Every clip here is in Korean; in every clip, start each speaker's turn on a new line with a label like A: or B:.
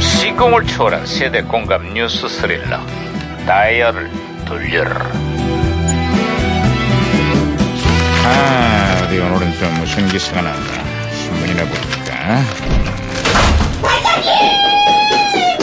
A: 시공을 초월한 세대 공감 뉴스 스릴러 다이얼을 돌려라 아 어디 오늘은 또 무슨 기사가 나온다 신문이나 보니까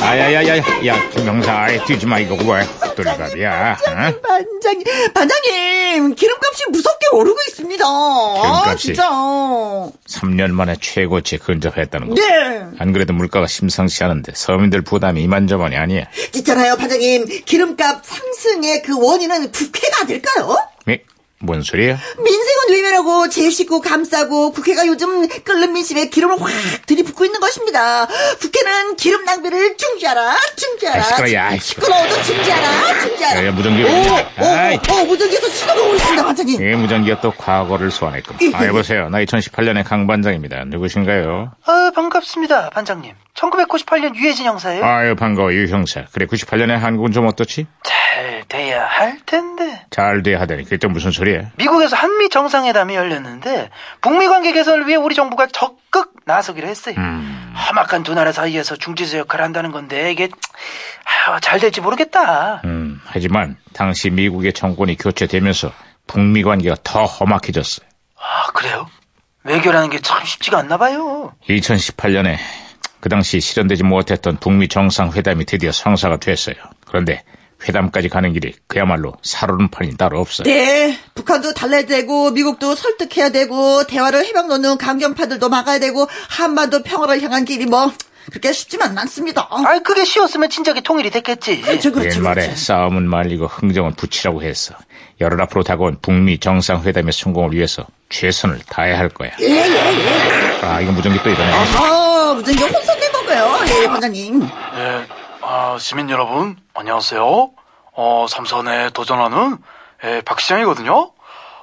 A: 아야야야야 야 김영사 아이 뛰지마 이거 왜확 돌려갑이야 어?
B: 반장님, 반장님, 기름값이 무섭게 오르고 있습니다. 아,
A: 기름값이?
B: 진짜.
A: 3년 만에 최고치에 근접했다는 거
B: 네.
A: 안 그래도 물가가 심상치 않은데 서민들 부담이 이만저만이 아니야
B: 있잖아요, 반장님. 기름값 상승의 그 원인은 국회가 아닐까요?
A: 에? 뭔 소리야?
B: 민생은 외면하고 제일 쉽고 감싸고 국회가 요즘 끓는 민심에 기름을 확 들이붓고 있는 것입니다. 국회는 기름 낭비를 중지하라, 중지하라.
A: 아이, 시끄러워, 아이, 시끄러워.
B: 시끄러워도 중지하라, 중지하라.
A: 야, 야, 무전기. 아이.
B: 오, 오, 오, 무전기에서 신호가 오고 있습니다, 반장님.
A: 이 무전기가 또 과거를 소환했군. 아, 여보세요. 나 2018년의 강반장입니다. 누구신가요?
C: 아, 반갑습니다, 반장님. 1998년 유해진 형사예요.
A: 아유, 반가워, 유 형사. 그래, 98년에 한국은 좀 어떻지?
C: 잘 돼야 할 텐데.
A: 잘 돼야 하다니. 그게 또 무슨 소리야?
C: 미국에서 한미 정상회담이 열렸는데 북미 관계 개선을 위해 우리 정부가 적극 나서기로 했어요. 험악한 두 나라 사이에서 중지수 역할을 한다는 건데 이게 아유, 잘 될지 모르겠다.
A: 음, 하지만, 당시 미국의 정권이 교체되면서 북미 관계가 더 험악해졌어요.
C: 아, 그래요? 외교라는 게 참 쉽지가 않나 봐요.
A: 2018년에 그 당시 실현되지 못했던 북미 정상회담이 드디어 성사가 됐어요. 그런데 회담까지 가는 길이 그야말로 사로른판이 따로 없어요.
B: 네, 북한도 달래야 되고 미국도 설득해야 되고 대화를 해방 놓는 강경파들도 막아야 되고 한반도 평화를 향한 길이 뭐 그렇게 쉽지만 않습니다.
C: 아, 그게 쉬웠으면 진작에 통일이 됐겠지.
B: 그렇죠, 그렇죠,
A: 예, 옛말에
B: 그렇죠.
A: 싸움은 말리고 흥정은 붙이라고 했어. 열흘 앞으로 다가온 북미 정상회담의 성공을 위해서 최선을 다해야 할 거야.
B: 예,
A: 아, 이거 무전기 또 이러네.
B: 아, 무슨 이게 혼선된 건가요, 예, 반장님?
C: 네, 아, 시민 여러분, 안녕하세요. 어, 삼선에 도전하는 예, 박 시장이거든요.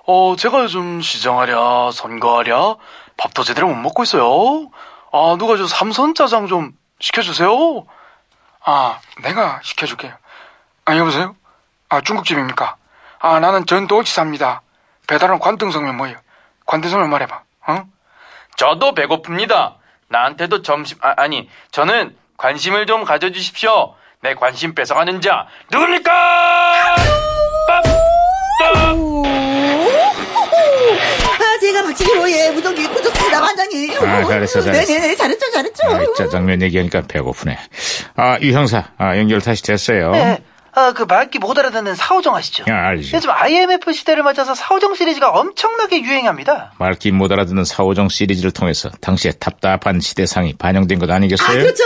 C: 어, 제가 요즘 시장하랴, 선거하랴, 밥도 제대로 못 먹고 있어요. 아, 누가 저 삼선 짜장 좀 시켜주세요. 아, 내가 시켜줄게요. 아, 여보세요? 아, 중국집입니까? 아, 나는 전도지사입니다. 배달은 관등성면 뭐예요? 관등성면 말해봐, 어? 응? 저도 배고픕니다. 나한테도 점심, 아, 니 저는 관심을 좀 가져주십시오. 내 관심 뺏어가는 자, 누굽니까?
B: 오, 아, 제가 박치기로 예, 무전기 꽂았습니다, 반장님.
A: 아, 잘했어, 잘했어.
B: 네, 네, 네, 잘했죠, 잘했죠.
A: 아, 이 짜장면 얘기하니까 배고프네. 아, 유 형사, 아, 연결 다시 됐어요.
C: 네, 아, 그 말기 못 알아듣는 사오정 아시죠?
A: 야, 알지.
C: 요즘 IMF 시대를 맞아서 사오정 시리즈가 엄청나게 유행합니다.
A: 말기 못 알아듣는 사오정 시리즈를 통해서 당시의 답답한 시대상이 반영된 것
B: 아,
A: 아니겠어요?
B: 그렇죠.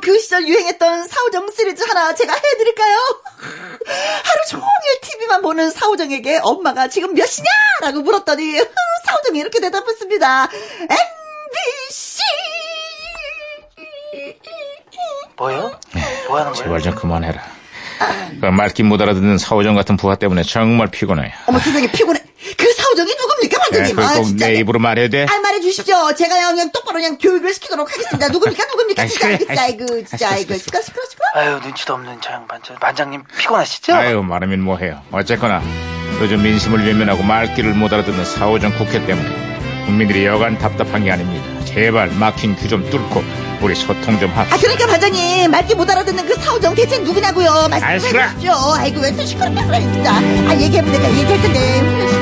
B: 그 시절 유행했던 사오정 시리즈 하나 제가 해드릴까요? 하루 종일 TV만 보는 사오정에게 엄마가 지금 몇 시냐? 라고 물었더니 사오정이 이렇게 대답했습니다. MBC!
C: 뭐요? 뭐 하는 거예요?
A: 네. 제발 좀 그만해라. 그 말기 못 알아듣는 사오정 같은 부하 때문에 정말 피곤해.
B: 어머 세상에 피곤해. 그 사오정이 누굽니까,
A: 네,
B: 반장님?
A: 그걸
B: 아,
A: 꼭
B: 진짜.
A: 내 입으로 말해야 돼?
B: 아, 말해주십시오. 제가 그냥 똑바로 그냥 교육을 시키도록 하겠습니다. 누굽니까, 누굽니까?
A: 아이,
B: 진짜,
A: 그래,
B: 진짜,
A: 아이,
B: 아이고, 진짜,
A: 아이,
B: 아이고, 시끄러, 시끄러, 시끄러.
C: 아유, 눈치도 없는 저 양반. 저 반장님 피곤하시죠?
A: 아유 말하면 뭐해요 어쨌거나 요즘 민심을 외면하고 말귀를 못 알아듣는 사오정 국회 때문에 국민들이 여간 답답한 게 아닙니다 제발 막힌 귀 좀 뚫고 우리 소통 좀
B: 아,
A: 합시다
B: 그러니까 반장님, 말기 못 알아듣는 그 사우정 대체 누구냐고요. 말씀해
A: 아이, 시끄러.
B: 주십시오. 아이고, 왜 또 시끄럽게 그래, 진짜. 아, 얘기하면 내가 얘기할 텐데.